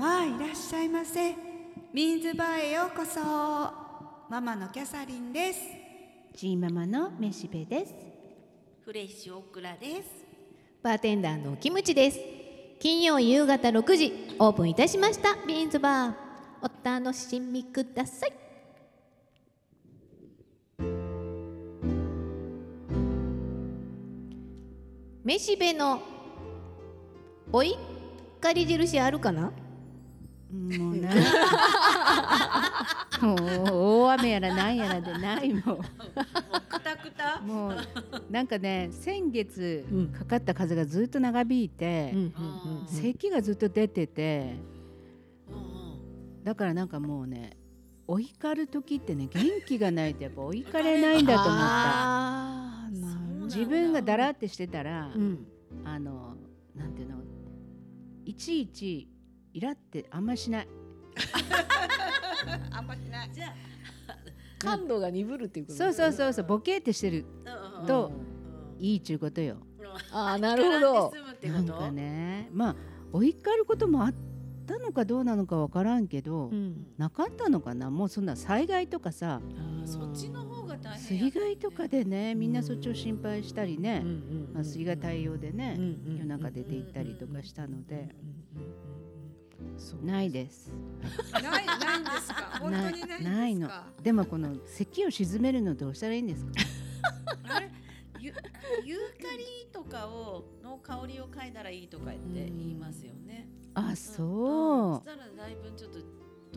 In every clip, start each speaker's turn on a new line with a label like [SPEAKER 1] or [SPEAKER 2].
[SPEAKER 1] ああいらっしゃいませミンズバーへようこそママのキャサリンです
[SPEAKER 2] チーママのめしべです
[SPEAKER 3] フレッシュオクラです
[SPEAKER 4] バーテンダーのキムチです金曜夕方6時オープンいたしましたビーンズバーお楽しみくださいめしべのおい怒り印あるかな
[SPEAKER 2] もうな もう大雨やらなんやらでないもう
[SPEAKER 3] くたくた
[SPEAKER 2] もうなんかね先月
[SPEAKER 4] うん
[SPEAKER 2] かかった風がずっと長引いて、
[SPEAKER 3] うんうん
[SPEAKER 2] 咳がずっと出てて
[SPEAKER 3] うん
[SPEAKER 2] だからなんかもうねお怒る時ってね元気がないとやっぱお怒れないんだと思った
[SPEAKER 4] あーなる
[SPEAKER 3] うん
[SPEAKER 2] 自分がだらってしてたら、
[SPEAKER 4] うん
[SPEAKER 2] あのなんていうのいちいちイラってあんまりしない
[SPEAKER 1] あんましない
[SPEAKER 3] じゃ
[SPEAKER 4] 感度が鈍るっていうこと
[SPEAKER 2] そうそうそうそうボケってしてる
[SPEAKER 3] あ
[SPEAKER 2] と
[SPEAKER 3] うん
[SPEAKER 2] いいっちゅうことよ
[SPEAKER 4] あーなるほど
[SPEAKER 3] うんって
[SPEAKER 2] な
[SPEAKER 3] こ
[SPEAKER 2] ん
[SPEAKER 3] と
[SPEAKER 2] かねまあお怒ることもあったのかどうなのかわからんけど、
[SPEAKER 4] うん
[SPEAKER 2] なかったのかなもうそんな災害とかさ
[SPEAKER 3] あーそっちの方が大変
[SPEAKER 2] 水
[SPEAKER 3] や
[SPEAKER 2] 害とかでねみんなそっちを心配したりね、まあ、水害対応でね、夜中出て行ったりとかしたので、ないです
[SPEAKER 1] ないないんですか本当にないんですか
[SPEAKER 2] ないのでもこの咳を沈めるのどうしたらいいんですか
[SPEAKER 3] あれゆ ユーカリとかをの香りを嗅いだらいいとか言って言いますよね。
[SPEAKER 2] あ
[SPEAKER 3] ん
[SPEAKER 2] そ
[SPEAKER 3] んそしたらだいぶちょっと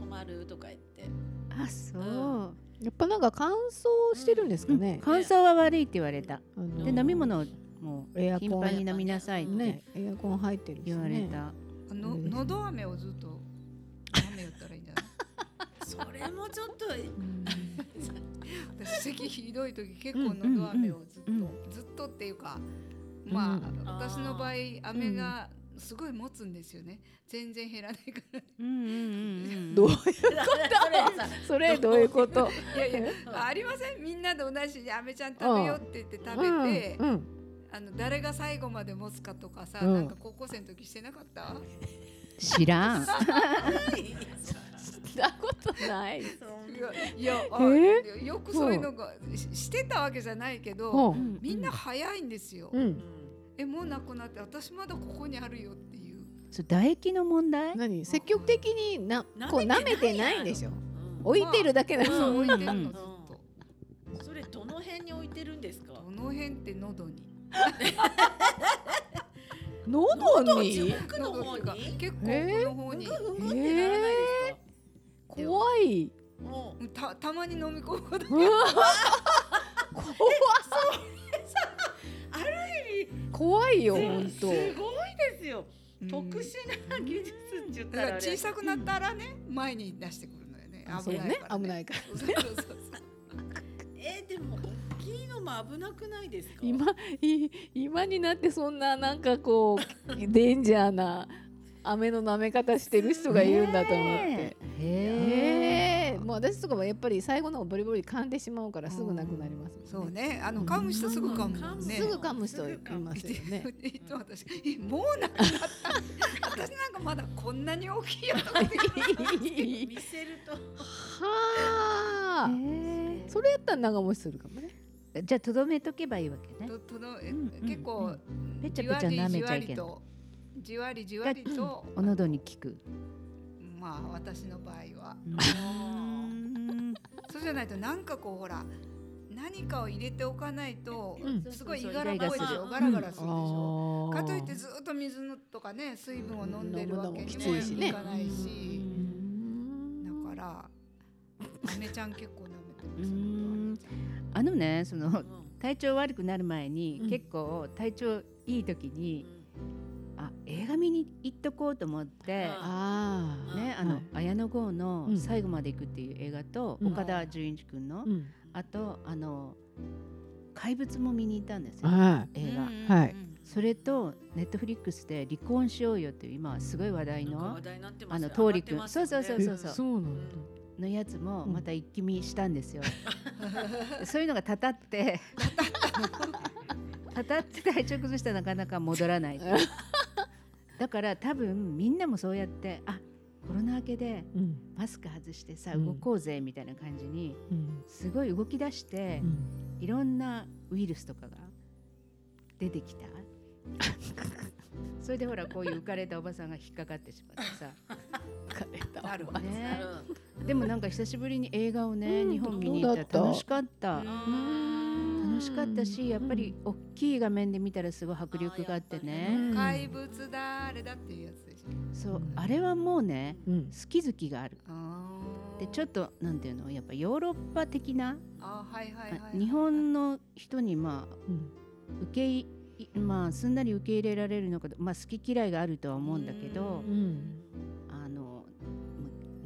[SPEAKER 3] 止まるとか言って。
[SPEAKER 2] うあそう、
[SPEAKER 4] やっぱなんか乾燥してるんですか
[SPEAKER 2] うん
[SPEAKER 4] ね、
[SPEAKER 2] 乾燥は悪いって言われた、
[SPEAKER 4] あの
[SPEAKER 2] で飲み物をも
[SPEAKER 4] エア
[SPEAKER 2] う頻
[SPEAKER 4] コ
[SPEAKER 2] 繁
[SPEAKER 4] ン
[SPEAKER 2] に飲みなさいって
[SPEAKER 4] ねエアコン入ってるし、ね、
[SPEAKER 2] 言われた、
[SPEAKER 1] あの喉飴をずっと飴やったらいいんじゃない
[SPEAKER 3] それもちょっと
[SPEAKER 1] 私咳ひどい時結構喉飴をずっと、
[SPEAKER 2] うんうん
[SPEAKER 1] ずっとっていうかまあ、
[SPEAKER 2] うん
[SPEAKER 1] 私の場合
[SPEAKER 3] あ
[SPEAKER 1] 飴がすごい持つんですよね全然減らないから
[SPEAKER 2] うんうんうんうん
[SPEAKER 4] どう
[SPEAKER 3] それさ
[SPEAKER 4] それどういうこと
[SPEAKER 1] いやいや、
[SPEAKER 3] うん
[SPEAKER 1] あありませんみんなで同じで「アメちゃん食べよ」って言って食べて、
[SPEAKER 4] うんうん
[SPEAKER 1] あの誰が最後まで持つかとかさ、
[SPEAKER 4] うん
[SPEAKER 1] なんか高校生の時してなかった
[SPEAKER 2] 知らん
[SPEAKER 4] したことない。
[SPEAKER 1] いやいやあ
[SPEAKER 4] え
[SPEAKER 1] よくそういうのがししてたわけじゃないけど、
[SPEAKER 4] ほ
[SPEAKER 2] うん
[SPEAKER 1] みんな早いんですよ、
[SPEAKER 4] う。うん。
[SPEAKER 1] えもうなくなって私まだここにあるよっていう
[SPEAKER 2] そう唾液の問題
[SPEAKER 4] 何積極的になこう
[SPEAKER 3] 舐
[SPEAKER 4] 舐
[SPEAKER 3] め
[SPEAKER 4] め
[SPEAKER 3] てない
[SPEAKER 4] てないんでしょ。
[SPEAKER 3] お
[SPEAKER 4] 置いてるだけな
[SPEAKER 3] うん
[SPEAKER 1] そ
[SPEAKER 4] の。
[SPEAKER 1] う置いてるのずっと
[SPEAKER 3] それどの辺に置いてるんですか。
[SPEAKER 1] どの辺って喉に
[SPEAKER 4] 喉
[SPEAKER 3] に
[SPEAKER 4] に。
[SPEAKER 3] 奥の方
[SPEAKER 1] 喉っていう
[SPEAKER 3] に
[SPEAKER 1] か。結
[SPEAKER 4] え
[SPEAKER 1] 構この方
[SPEAKER 3] うん
[SPEAKER 1] に、
[SPEAKER 3] うんってならないですか。
[SPEAKER 4] 怖い。
[SPEAKER 3] もう
[SPEAKER 1] たたまに飲み込むこと
[SPEAKER 4] うわ怖い。
[SPEAKER 3] ある意味
[SPEAKER 4] 怖いよ本
[SPEAKER 3] す
[SPEAKER 4] 当
[SPEAKER 3] ごい。ですよ。特殊な技術って言っ
[SPEAKER 1] うん
[SPEAKER 3] た
[SPEAKER 1] だから
[SPEAKER 3] あ
[SPEAKER 1] ら小
[SPEAKER 3] れ
[SPEAKER 1] さくなったらね、前に出してくるのよね
[SPEAKER 4] あ
[SPEAKER 1] 危ないから、
[SPEAKER 4] そうね危ないから
[SPEAKER 1] そうそうそう
[SPEAKER 3] えーでも大きいのも危なくないですか。
[SPEAKER 4] 今い今になってそんななんかこう デンジャーな飴の舐め方してる人がいるんだと思って。
[SPEAKER 2] へえ
[SPEAKER 4] ええ。もう私とかもやっぱり最後の方ボリボリ噛んでしまうからすぐなくなりますもん。
[SPEAKER 1] そうね、あの噛む人すぐ噛むもんね。
[SPEAKER 4] すぐ噛む人い ますよね。
[SPEAKER 1] でいつも私、え、もうなくなった。私なんかまだこんなに大きいよ とか言って。
[SPEAKER 3] 見せると。
[SPEAKER 4] はあ、
[SPEAKER 2] へ
[SPEAKER 4] それやったら長持ちするかもね。
[SPEAKER 2] えじゃあとどめとけばいいわけね
[SPEAKER 1] と、との、え
[SPEAKER 2] うんうんうん
[SPEAKER 1] 結構、
[SPEAKER 2] ぺちゃぺちゃ舐めちゃいけない
[SPEAKER 1] じわりじわりと。じわりじわりと、
[SPEAKER 2] お喉に効く
[SPEAKER 1] まあ、私の場合は。
[SPEAKER 2] うん
[SPEAKER 1] そうじゃないと、なんかこう、ほら。何かを入れておかないと
[SPEAKER 4] うん、
[SPEAKER 1] すごい
[SPEAKER 3] そ
[SPEAKER 1] いう
[SPEAKER 3] そう
[SPEAKER 1] がらっぽいでし
[SPEAKER 3] イライラす
[SPEAKER 1] ょ、
[SPEAKER 3] る
[SPEAKER 1] ガラガラするでしょ。
[SPEAKER 4] あ
[SPEAKER 1] かといってずっと水のとかね水分を飲んでるわけにも
[SPEAKER 4] 飲むのもきついしね
[SPEAKER 1] いかないし、だ
[SPEAKER 4] ん
[SPEAKER 1] から、アメちゃん結構舐めてま
[SPEAKER 2] うんあのねその
[SPEAKER 3] うん
[SPEAKER 2] 体調悪くなる前に、
[SPEAKER 4] うん
[SPEAKER 2] 結構体調いい時にあ映画見に行っとこうと思って、
[SPEAKER 4] ああ
[SPEAKER 2] ね
[SPEAKER 4] は
[SPEAKER 2] あ
[SPEAKER 4] い
[SPEAKER 2] の綾野剛の
[SPEAKER 4] う
[SPEAKER 2] 「
[SPEAKER 4] ん
[SPEAKER 2] 最後まで行く」っていう映画と、
[SPEAKER 4] うん
[SPEAKER 2] 岡田准一君の、
[SPEAKER 4] うん
[SPEAKER 2] あとあの怪物も見に行ったんですよ、
[SPEAKER 4] は
[SPEAKER 2] 映画。
[SPEAKER 3] うん
[SPEAKER 4] はい。
[SPEAKER 3] うん
[SPEAKER 2] それとネットフリックスで離婚しようよっていう今すごい話題
[SPEAKER 3] なんか
[SPEAKER 2] の
[SPEAKER 3] 話題になってます
[SPEAKER 2] あの
[SPEAKER 3] ね
[SPEAKER 2] 桃陸
[SPEAKER 3] 上がってますよね
[SPEAKER 2] そうそう
[SPEAKER 4] い。
[SPEAKER 2] そう
[SPEAKER 4] えそうなんだ。
[SPEAKER 2] のやつも
[SPEAKER 4] うん
[SPEAKER 2] また一気見したん ですよ。そういうのがたたってたたって体調崩したらなかなか戻らない。だから多分みんなもそうやってあコロナ明けで
[SPEAKER 5] うん
[SPEAKER 2] マスク外してさ
[SPEAKER 5] うん
[SPEAKER 2] 動こうぜみたいな感じに
[SPEAKER 5] うん
[SPEAKER 2] すごい動き出して
[SPEAKER 5] う、ん
[SPEAKER 2] いろんなウイルスとかが出てきたそれでほらこういう浮かれたおばさんが引っかかってしまってさ
[SPEAKER 3] なるわ
[SPEAKER 2] ね
[SPEAKER 3] なる
[SPEAKER 2] でもなんか久しぶりに映画をね、
[SPEAKER 5] うん
[SPEAKER 2] 日本見に行ったら
[SPEAKER 5] どうだ
[SPEAKER 2] 楽
[SPEAKER 5] っ
[SPEAKER 2] しかった、
[SPEAKER 3] うん
[SPEAKER 2] 楽しかったしやっぱり大きい画面で見たらすごい迫力があってね
[SPEAKER 5] うん
[SPEAKER 1] 怪物だあれだっていうやつでしょ
[SPEAKER 2] そう
[SPEAKER 5] うん
[SPEAKER 2] あれはもうね
[SPEAKER 5] うん
[SPEAKER 2] 好き好きがあるでちょっとなんていうのやっぱヨーロッパ的な、
[SPEAKER 1] あーはいはいはいはい
[SPEAKER 2] 日本の人にまあ
[SPEAKER 5] うん
[SPEAKER 2] 受けいまあすんなり受け入れられるのかどまあ好き嫌いがあるとは思うんだけど
[SPEAKER 5] うん
[SPEAKER 2] あの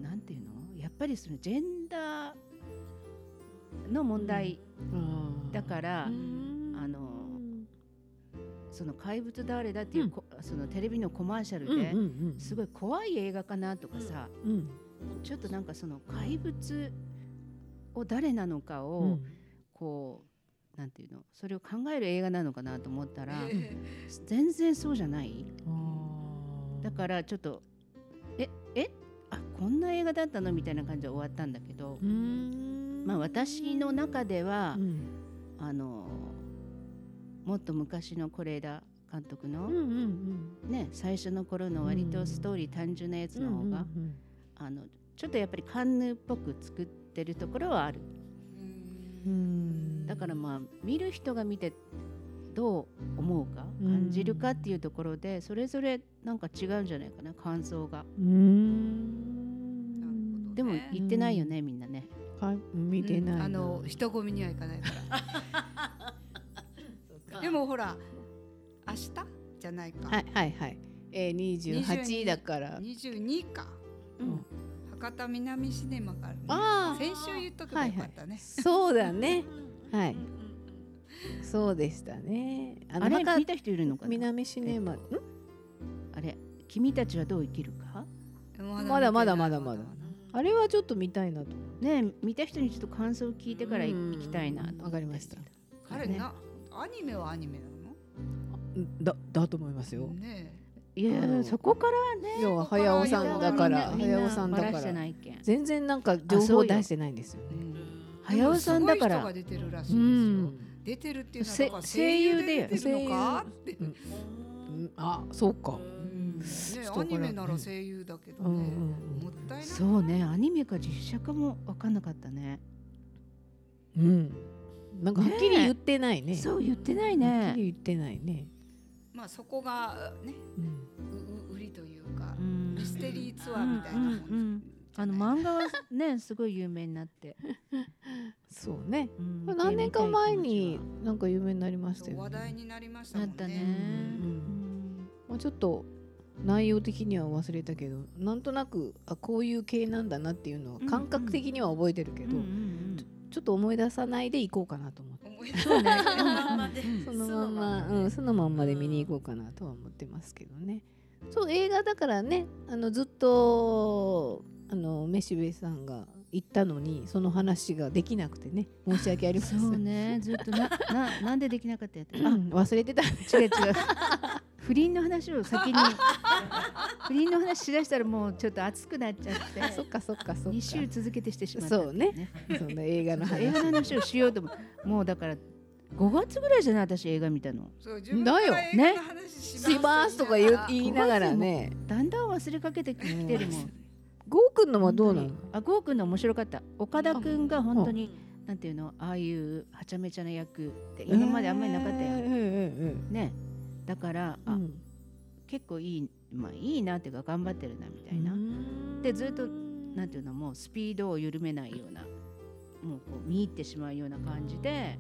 [SPEAKER 2] まなんていうのやっぱりそのジェンダーの問題
[SPEAKER 5] あー
[SPEAKER 2] だから
[SPEAKER 5] うん
[SPEAKER 2] あのその怪物誰だっていうこ、そのテレビのコマーシャル
[SPEAKER 5] うんうん
[SPEAKER 2] で
[SPEAKER 5] うん
[SPEAKER 2] すごい怖い映画かなとかさ、
[SPEAKER 5] うん
[SPEAKER 2] ちょっとなんかその怪物を誰なのか
[SPEAKER 5] う
[SPEAKER 2] を
[SPEAKER 5] ん
[SPEAKER 2] こう、なんていうのそれを考える映画なのかなと思ったら
[SPEAKER 1] えー
[SPEAKER 2] 全然そうじゃない
[SPEAKER 5] あー
[SPEAKER 2] だからちょっとええあこんな映画だったのみたいな感じで終わったんだけど、
[SPEAKER 5] うん
[SPEAKER 2] まあ私の中では、
[SPEAKER 5] うん
[SPEAKER 2] あのもっと昔の是枝監督の、
[SPEAKER 5] うんうんうん
[SPEAKER 2] ね、最初の頃の割とストーリー単純なやつの方が、
[SPEAKER 5] うん
[SPEAKER 2] あのちょっとやっぱりカンヌっぽく作ってるところはある
[SPEAKER 5] うんうん
[SPEAKER 2] だからまあ見る人が見てどう思うか感じるかっていうところでそれぞれなんか違うんじゃないかな感想が
[SPEAKER 5] うーん
[SPEAKER 1] なるほど
[SPEAKER 2] でも
[SPEAKER 1] ね
[SPEAKER 2] 言ってないよねみんなね
[SPEAKER 5] はい見てないな、
[SPEAKER 1] あの人混みには行かないから
[SPEAKER 3] か
[SPEAKER 1] でもほら明日じゃない
[SPEAKER 5] は
[SPEAKER 1] か
[SPEAKER 5] いはいはいえ二十八
[SPEAKER 1] 22
[SPEAKER 5] だから
[SPEAKER 1] 22か
[SPEAKER 5] うん
[SPEAKER 1] 博多南シネマがあるね
[SPEAKER 5] あ
[SPEAKER 1] 先週言っとけばよかった
[SPEAKER 5] あ
[SPEAKER 1] ね
[SPEAKER 5] そうだねは
[SPEAKER 3] う
[SPEAKER 5] い
[SPEAKER 3] んうん
[SPEAKER 5] そうでしたねあ
[SPEAKER 2] あれ
[SPEAKER 5] 博
[SPEAKER 2] 見た人いるのかな
[SPEAKER 5] 南シネマん
[SPEAKER 2] あれ君たちはどう生きるか
[SPEAKER 1] まだ
[SPEAKER 5] ま
[SPEAKER 1] ま
[SPEAKER 5] だ
[SPEAKER 1] だ
[SPEAKER 5] ま
[SPEAKER 1] ま
[SPEAKER 5] だ
[SPEAKER 1] だ
[SPEAKER 5] ま
[SPEAKER 1] ま
[SPEAKER 5] だ
[SPEAKER 1] だ
[SPEAKER 5] あれはちょっと見たいなと
[SPEAKER 2] ね見た人にちょっと感想を聞いてから行きたいなと思って
[SPEAKER 5] わかりました
[SPEAKER 1] あれなアニメはアニメな
[SPEAKER 5] だだと思います
[SPEAKER 1] の
[SPEAKER 5] よ
[SPEAKER 1] ね
[SPEAKER 2] いや
[SPEAKER 5] うん
[SPEAKER 2] そこから
[SPEAKER 5] 要は早尾さんだから
[SPEAKER 2] みんな
[SPEAKER 5] 早尾さんだ
[SPEAKER 2] バ
[SPEAKER 5] か
[SPEAKER 2] ラして
[SPEAKER 5] ら
[SPEAKER 2] ないけん
[SPEAKER 5] 全然なんか情
[SPEAKER 2] あそ
[SPEAKER 5] 報
[SPEAKER 2] うよ
[SPEAKER 5] 出してないんですよ
[SPEAKER 1] えう
[SPEAKER 5] ね
[SPEAKER 1] ん
[SPEAKER 2] 早尾さんだか
[SPEAKER 1] でも
[SPEAKER 2] ら
[SPEAKER 1] すごい人が出てるらしい
[SPEAKER 5] うん
[SPEAKER 1] ですよ出てるっていうのはだから
[SPEAKER 2] せ
[SPEAKER 1] 声優で出て
[SPEAKER 5] 声
[SPEAKER 1] るの
[SPEAKER 5] 優
[SPEAKER 1] かって
[SPEAKER 5] うんうんあそうか
[SPEAKER 1] うんね
[SPEAKER 5] ょっとこ
[SPEAKER 1] ア
[SPEAKER 5] れ
[SPEAKER 1] ニメなら声優だけど
[SPEAKER 5] うんう
[SPEAKER 1] ね
[SPEAKER 5] ん
[SPEAKER 1] もったいない
[SPEAKER 2] そうねアニメか実写かも分かんなかったね
[SPEAKER 5] うんなんかはっきり言ってないね
[SPEAKER 2] そう言ってない
[SPEAKER 5] は
[SPEAKER 2] ね
[SPEAKER 5] っきり言ってないね
[SPEAKER 1] まあそこがね
[SPEAKER 5] うん
[SPEAKER 1] うう売りというか
[SPEAKER 2] うん
[SPEAKER 1] ミステリーツアーみたいなも
[SPEAKER 2] うんうんうん
[SPEAKER 1] んじ
[SPEAKER 2] あ
[SPEAKER 1] ゃ
[SPEAKER 2] の
[SPEAKER 1] ない
[SPEAKER 2] 漫画はねすごい有名になって、
[SPEAKER 5] そうね
[SPEAKER 2] うん
[SPEAKER 5] 何年か前
[SPEAKER 2] 見
[SPEAKER 5] に
[SPEAKER 2] てみ
[SPEAKER 5] なんか有名になりましたよ
[SPEAKER 1] 話
[SPEAKER 5] ね
[SPEAKER 1] 題になりました
[SPEAKER 2] たい
[SPEAKER 1] も
[SPEAKER 2] 気持ちはなった
[SPEAKER 1] ん
[SPEAKER 2] ね、
[SPEAKER 1] ね
[SPEAKER 5] う
[SPEAKER 2] うん
[SPEAKER 5] まあ、ちょっと内容的には忘れたけどなんとなくあこういう系なんだなっていうのは
[SPEAKER 2] うん
[SPEAKER 5] 感覚的には覚えてるけ
[SPEAKER 2] うん
[SPEAKER 5] ど、
[SPEAKER 2] うんうん
[SPEAKER 5] ちょっと思い出さないで行こうかなと思って
[SPEAKER 1] 思い
[SPEAKER 3] そうねそのまんまで
[SPEAKER 5] そのまんま、うん、そのまんまで見に行こうかなとは思ってますけどねそう映画だからねあのずっとあのメシベさんが行ったのにその話ができなくてね申し訳ありませ ん
[SPEAKER 2] そうねずっとなななんでできなかったやつ
[SPEAKER 5] う
[SPEAKER 2] あ
[SPEAKER 5] ん忘れてた
[SPEAKER 2] 違う違う不倫の話を先に不倫の話しだしたらもうちょっと熱くなっちゃって
[SPEAKER 5] そっかそっかそっ
[SPEAKER 2] 2週
[SPEAKER 5] か
[SPEAKER 2] 続けてしてしまったってい
[SPEAKER 5] そうその映画の
[SPEAKER 2] そう
[SPEAKER 5] 話
[SPEAKER 2] 映画の話をしようと思うもうだから5月ぐらいじゃない私映画見たの
[SPEAKER 1] そう自分から映画の話
[SPEAKER 5] しますとか言う言いながらね
[SPEAKER 2] だんだん忘れかけてきてるもん
[SPEAKER 5] ゴーくんのはどうなの
[SPEAKER 2] あゴーくんの面白かった岡田くんが本当になんていうのああいうはちゃめちゃな役って今まであんまりなかったやん、
[SPEAKER 5] えーうん
[SPEAKER 2] ねだから、
[SPEAKER 5] うんう
[SPEAKER 2] あ
[SPEAKER 5] ん
[SPEAKER 2] 結構いいまあいいなっていうか頑張ってるなみたいな、でずっとなんていうのもうスピードを緩めないようなもうこう見入ってしまうような感じで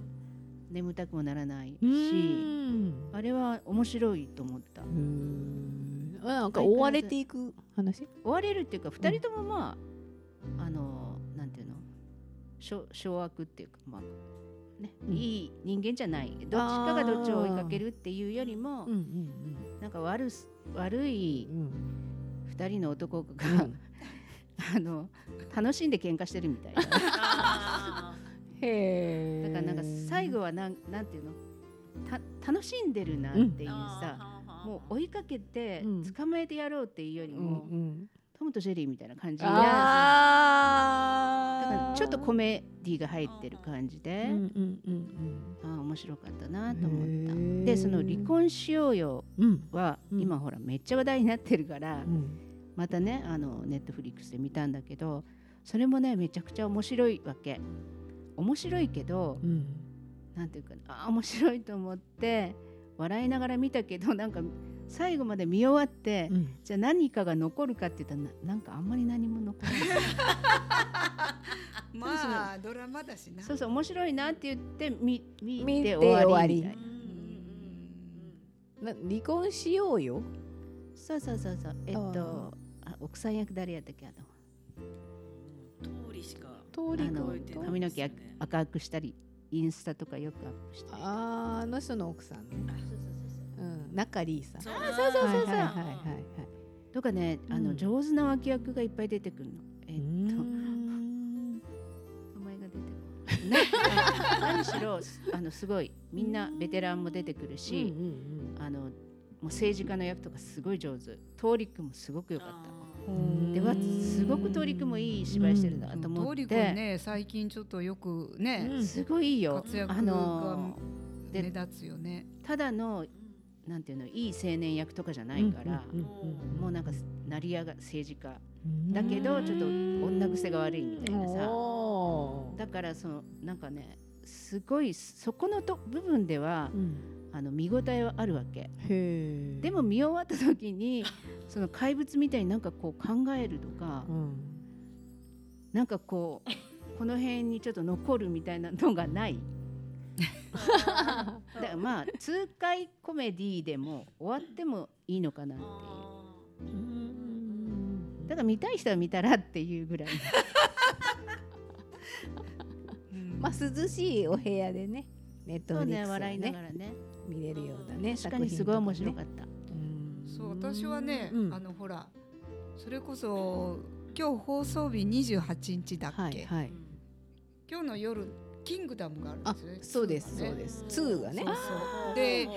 [SPEAKER 2] 眠たくもならないし、
[SPEAKER 5] うん
[SPEAKER 2] あれは面白いと思った
[SPEAKER 5] うーんあなんか追われていく話
[SPEAKER 2] 追われるっていうか2人ともまあ、あのなんていうの掌掌悪っていうかまあね、
[SPEAKER 5] うん
[SPEAKER 2] いい人間じゃないどっちかがどっちを追いかけるっていうよりも、
[SPEAKER 5] ん
[SPEAKER 2] なんか悪す悪い
[SPEAKER 5] うん
[SPEAKER 2] 2人の男が、
[SPEAKER 5] うん
[SPEAKER 2] あの楽しんで喧嘩してるみたいなだか
[SPEAKER 3] あ
[SPEAKER 5] へえ
[SPEAKER 2] らなんか最後はなんなんていうのた楽しんでるなって
[SPEAKER 3] ー
[SPEAKER 2] いう
[SPEAKER 3] あー
[SPEAKER 2] さ、
[SPEAKER 3] はあはあ
[SPEAKER 2] もう追いかけて
[SPEAKER 5] うん
[SPEAKER 2] 捕まえてやろうっていうより
[SPEAKER 5] う
[SPEAKER 2] も、
[SPEAKER 5] ん
[SPEAKER 2] ともとジェリーみたいな感じになだか
[SPEAKER 5] あ
[SPEAKER 2] ら
[SPEAKER 5] ー
[SPEAKER 2] ちょっとコメディが入ってる感じで、
[SPEAKER 5] うんうんうん
[SPEAKER 2] あー面白かったなと
[SPEAKER 5] へ
[SPEAKER 2] 思っ
[SPEAKER 5] ー
[SPEAKER 2] たでその「離婚しようよ
[SPEAKER 5] うんうん」
[SPEAKER 2] は、
[SPEAKER 5] うん
[SPEAKER 2] 今ほらめっちゃ話題になってるから、
[SPEAKER 5] うん
[SPEAKER 2] またねあのネットフリックスで見たんだけどそれもねめちゃくちゃ面白いわけ面白いけど
[SPEAKER 5] うん
[SPEAKER 2] なんていうかなあー面白いと思って笑いながら見たけどなんか最後まで見終わって、
[SPEAKER 5] うん
[SPEAKER 2] じゃあ何かが残るかって言ったらななんかあんまり何も残ら ない
[SPEAKER 1] まあドラマだしな
[SPEAKER 2] そうそう面白いなって言って見見
[SPEAKER 5] 見
[SPEAKER 2] て
[SPEAKER 5] て
[SPEAKER 2] 終
[SPEAKER 5] 終
[SPEAKER 2] わ
[SPEAKER 5] わ
[SPEAKER 2] りみ
[SPEAKER 5] り
[SPEAKER 2] たいな
[SPEAKER 5] な離婚しようよ
[SPEAKER 2] そうそうそうそうえっとあ奥さん役誰やったっけあの
[SPEAKER 3] 通りしか
[SPEAKER 5] 通
[SPEAKER 2] あ
[SPEAKER 5] り
[SPEAKER 2] の
[SPEAKER 3] 覚えてない
[SPEAKER 2] 髪の毛
[SPEAKER 3] ですよね
[SPEAKER 2] 赤くしたりインスタとかよくアップしてる人
[SPEAKER 5] あーあの人の奥さんねうん中里さん
[SPEAKER 3] そうそう
[SPEAKER 5] はいはい
[SPEAKER 2] そう
[SPEAKER 5] はいはいはい
[SPEAKER 2] とかねあの、
[SPEAKER 5] うん
[SPEAKER 2] 上手な脇役がいっぱい出てくるのえっ
[SPEAKER 5] うー
[SPEAKER 2] と
[SPEAKER 5] ん
[SPEAKER 2] 名前が出てこないな何しろあのすごいみんなベテランも出てくる
[SPEAKER 5] うん
[SPEAKER 2] し、あのもう政治家の役とかすごい上手通りくもすごく良かった
[SPEAKER 5] うんうん
[SPEAKER 2] でわすごく通りくもいい芝居してるなと思
[SPEAKER 1] 通
[SPEAKER 2] っ
[SPEAKER 1] り
[SPEAKER 2] て、
[SPEAKER 1] くんね最近ちょっとよくね、
[SPEAKER 5] うん
[SPEAKER 2] すごいいいよ
[SPEAKER 1] 活躍が
[SPEAKER 2] あの
[SPEAKER 1] 目
[SPEAKER 2] で
[SPEAKER 1] 立つよね
[SPEAKER 2] ただのなんていうのいい青年役とかじゃないから、
[SPEAKER 5] うんうんうん
[SPEAKER 2] もうなんか成り上が政治家
[SPEAKER 5] うん
[SPEAKER 2] だけどちょっと女癖が悪いみたいなさ
[SPEAKER 5] おー
[SPEAKER 2] だからそのなんかねすごいそこのと部分では
[SPEAKER 5] うん
[SPEAKER 2] あの見応えはあるわけ
[SPEAKER 5] へえ
[SPEAKER 2] でも見終わった時 にその怪物みたいになんかこう考えるとか
[SPEAKER 5] うん
[SPEAKER 2] なんかこうこの辺にちょっと残るみたいなのがない。だからまあ痛快コメディでも終わってもいいのかなっていうだから見たい人は見たらっていうぐらい
[SPEAKER 5] まあ涼しいお部屋でねネッ
[SPEAKER 2] そ
[SPEAKER 5] ト
[SPEAKER 2] う
[SPEAKER 5] フリッ
[SPEAKER 2] ね
[SPEAKER 5] クスを
[SPEAKER 2] 笑いなが
[SPEAKER 5] ね
[SPEAKER 2] らね
[SPEAKER 5] 見れるようなね
[SPEAKER 2] 確かにすごい面白か
[SPEAKER 5] っ
[SPEAKER 2] った、
[SPEAKER 5] た
[SPEAKER 1] そう私はね、あ
[SPEAKER 5] の
[SPEAKER 1] のほらそれこそ今日放送日28日だっけ、
[SPEAKER 5] はいはい
[SPEAKER 1] 今日の夜キングダムがあるんですよね
[SPEAKER 5] そうです
[SPEAKER 1] ツー
[SPEAKER 5] そう
[SPEAKER 1] がね
[SPEAKER 5] です2がね
[SPEAKER 1] そうそうで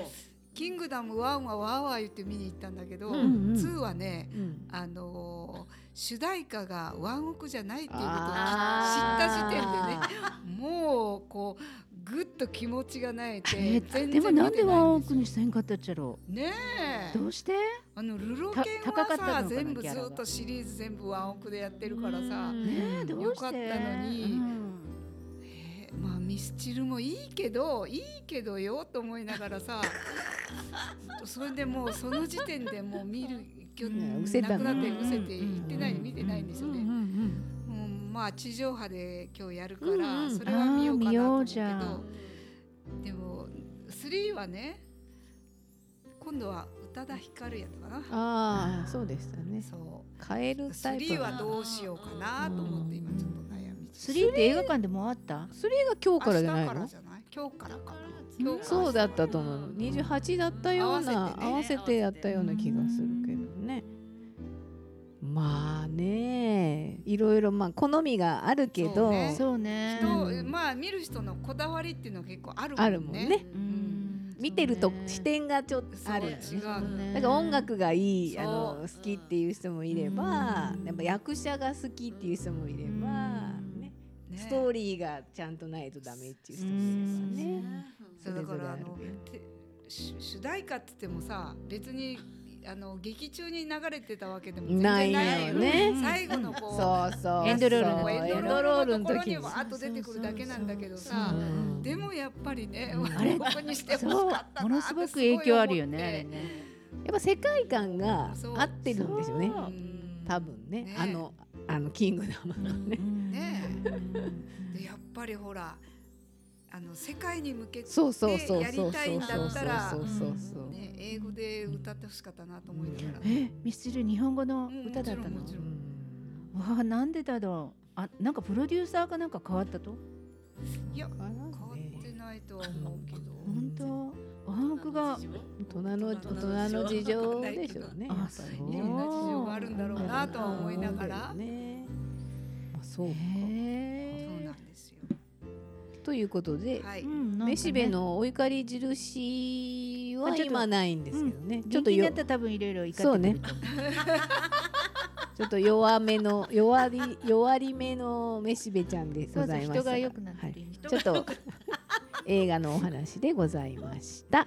[SPEAKER 1] キングダム1はわーわー言って見に行ったんだけど、
[SPEAKER 5] うん
[SPEAKER 2] うん
[SPEAKER 1] ツー2はね
[SPEAKER 5] うん
[SPEAKER 1] あのー主題歌がワンオクじゃないっていうことを知った
[SPEAKER 5] あー
[SPEAKER 1] 時点でねもうこうぐっと気持ちがなえて
[SPEAKER 2] えー
[SPEAKER 1] 全
[SPEAKER 2] で
[SPEAKER 1] 然
[SPEAKER 2] もなんでワンオークに
[SPEAKER 1] し
[SPEAKER 2] せんかったっちゃろ
[SPEAKER 1] ねえ
[SPEAKER 2] どうして
[SPEAKER 1] あのルロケン
[SPEAKER 2] た高か
[SPEAKER 1] は
[SPEAKER 2] ったのか
[SPEAKER 1] さ
[SPEAKER 2] な
[SPEAKER 1] 全部
[SPEAKER 2] ギ
[SPEAKER 1] ず
[SPEAKER 2] ャラが
[SPEAKER 1] っとシリーズ全部ワンオクでやってるからさ、
[SPEAKER 2] ねえどうして
[SPEAKER 1] よかったのに
[SPEAKER 2] うん
[SPEAKER 1] えーまあミスチルもいいけどいいけどよと思いながら さそれでもうその時点でもう見るきょ
[SPEAKER 5] うんうせた
[SPEAKER 1] なくな
[SPEAKER 5] の
[SPEAKER 1] って
[SPEAKER 5] うん
[SPEAKER 1] うせて行ってない
[SPEAKER 5] うん
[SPEAKER 1] 見てないんですよ
[SPEAKER 5] うんう
[SPEAKER 1] ね。
[SPEAKER 5] ん
[SPEAKER 1] うんまあ地上波で今日やるか
[SPEAKER 5] うんう
[SPEAKER 1] ら
[SPEAKER 5] ん
[SPEAKER 1] それは見ようかなと思うけど
[SPEAKER 2] あー見よ
[SPEAKER 1] でも3はね今度は宇多田ヒカルやったかな。
[SPEAKER 5] ああそうでしたね
[SPEAKER 1] そう
[SPEAKER 5] カエルタイプ
[SPEAKER 1] 3はどうしようかなと思って今ちょっと悩み中。
[SPEAKER 2] スリーって映画館でもあった
[SPEAKER 5] それが今日からじゃない
[SPEAKER 1] 明日から
[SPEAKER 5] の
[SPEAKER 1] じゃない今日からかな今日から
[SPEAKER 5] そうだったと思う28だったような
[SPEAKER 1] 合
[SPEAKER 5] 合
[SPEAKER 1] わ
[SPEAKER 5] わ
[SPEAKER 1] せ
[SPEAKER 5] せ
[SPEAKER 3] て
[SPEAKER 5] て
[SPEAKER 3] ね
[SPEAKER 5] やったような気がするけどねまあねいろいろまあ好みがあるけ
[SPEAKER 1] そう
[SPEAKER 5] ど
[SPEAKER 1] ね
[SPEAKER 2] そうね
[SPEAKER 1] 人まあ見る人のこだわりっていうのは結構あるもんね
[SPEAKER 5] あるもんね
[SPEAKER 2] うん
[SPEAKER 5] 見てると
[SPEAKER 2] そうね
[SPEAKER 5] 視点がちょっとあるよ
[SPEAKER 1] そう違
[SPEAKER 5] ね
[SPEAKER 1] うの
[SPEAKER 2] そうね
[SPEAKER 5] だから音楽がいい
[SPEAKER 1] そう
[SPEAKER 5] あの好きっていう人もいれば
[SPEAKER 2] うん
[SPEAKER 5] やっぱ役者が好きっていう人もいればね
[SPEAKER 1] ね
[SPEAKER 5] ストーリーがちゃんとないとダメっていう人もいればね
[SPEAKER 1] そうだからあ
[SPEAKER 5] それぞれある
[SPEAKER 1] のて主主題歌って言ってもさ別にあの劇中に流れてたわけでも全然
[SPEAKER 5] な
[SPEAKER 1] ないい
[SPEAKER 5] よ
[SPEAKER 1] よ
[SPEAKER 5] ね
[SPEAKER 1] 最後のこう
[SPEAKER 5] そうそう
[SPEAKER 2] エンドロールの
[SPEAKER 1] こ
[SPEAKER 5] そうう
[SPEAKER 1] エ
[SPEAKER 5] エ
[SPEAKER 1] ン
[SPEAKER 5] ン
[SPEAKER 1] ド
[SPEAKER 5] ド
[SPEAKER 1] ロ
[SPEAKER 5] ロ
[SPEAKER 1] ー
[SPEAKER 5] ー
[SPEAKER 1] ルの
[SPEAKER 5] ルの
[SPEAKER 1] ところ
[SPEAKER 5] 時
[SPEAKER 1] に
[SPEAKER 5] に
[SPEAKER 1] はあと出てくるだけなんだけど
[SPEAKER 5] う
[SPEAKER 1] さ
[SPEAKER 5] ん
[SPEAKER 1] でもやっぱりね
[SPEAKER 5] うん
[SPEAKER 1] あれここにして
[SPEAKER 2] そ
[SPEAKER 1] 欲しかった
[SPEAKER 2] うも
[SPEAKER 1] なっ
[SPEAKER 2] の
[SPEAKER 1] て
[SPEAKER 2] す
[SPEAKER 1] す
[SPEAKER 2] ご
[SPEAKER 1] ご
[SPEAKER 2] く
[SPEAKER 1] い思っ
[SPEAKER 2] 影
[SPEAKER 1] て
[SPEAKER 2] 響あるよねあれね
[SPEAKER 5] やっぱ世界観が合ってるんですよね
[SPEAKER 2] そう
[SPEAKER 1] うん
[SPEAKER 5] 多分ね
[SPEAKER 1] ね
[SPEAKER 5] あのあのキングダムのね
[SPEAKER 1] ね
[SPEAKER 2] え
[SPEAKER 1] でやっぱりほらあの世界に向けて
[SPEAKER 5] そうそうそう
[SPEAKER 1] や
[SPEAKER 5] そ
[SPEAKER 1] り
[SPEAKER 5] う
[SPEAKER 1] た
[SPEAKER 5] そ
[SPEAKER 1] いん
[SPEAKER 5] うそ
[SPEAKER 1] だ
[SPEAKER 5] う
[SPEAKER 1] ったら
[SPEAKER 5] そうそうそう
[SPEAKER 1] ね、英語で歌ってほしかったなと思いながら。
[SPEAKER 2] えミスチル日本語の
[SPEAKER 1] うん
[SPEAKER 2] 歌だったの
[SPEAKER 1] もちろんもち
[SPEAKER 5] うん
[SPEAKER 2] わあなんでだろうあなんかプロデューサーかなんか変わったと
[SPEAKER 1] いや、
[SPEAKER 5] 変わら
[SPEAKER 1] 変わ
[SPEAKER 5] んね
[SPEAKER 1] ってないとは思うけど。
[SPEAKER 2] 本当ワンオクが
[SPEAKER 5] 大人の大人の事情でしょうね
[SPEAKER 2] あ
[SPEAKER 5] やっぱり
[SPEAKER 2] そう
[SPEAKER 1] い
[SPEAKER 5] ね
[SPEAKER 1] ろんな事情があるんだろうなとは思いなが
[SPEAKER 5] あ
[SPEAKER 1] ら
[SPEAKER 5] る。ねまあそう
[SPEAKER 1] そ
[SPEAKER 5] か
[SPEAKER 1] う
[SPEAKER 2] へ
[SPEAKER 1] なんですよ。
[SPEAKER 5] ということで
[SPEAKER 1] はい。
[SPEAKER 2] え
[SPEAKER 5] めしべのお怒り印は
[SPEAKER 2] あちょっと
[SPEAKER 5] 今ないんですけどね
[SPEAKER 2] ち
[SPEAKER 5] ち
[SPEAKER 2] ょ
[SPEAKER 5] ょっ
[SPEAKER 2] っと
[SPEAKER 5] と
[SPEAKER 2] にな
[SPEAKER 5] よ
[SPEAKER 2] ったら多分いろいろ怒ってくると思う
[SPEAKER 5] ちょっと弱めの弱り弱りめのめしべちゃんでございました
[SPEAKER 2] 人が良くなっ
[SPEAKER 5] は
[SPEAKER 2] て
[SPEAKER 5] い
[SPEAKER 2] るみたい
[SPEAKER 5] ちょっと映画のお話でございました。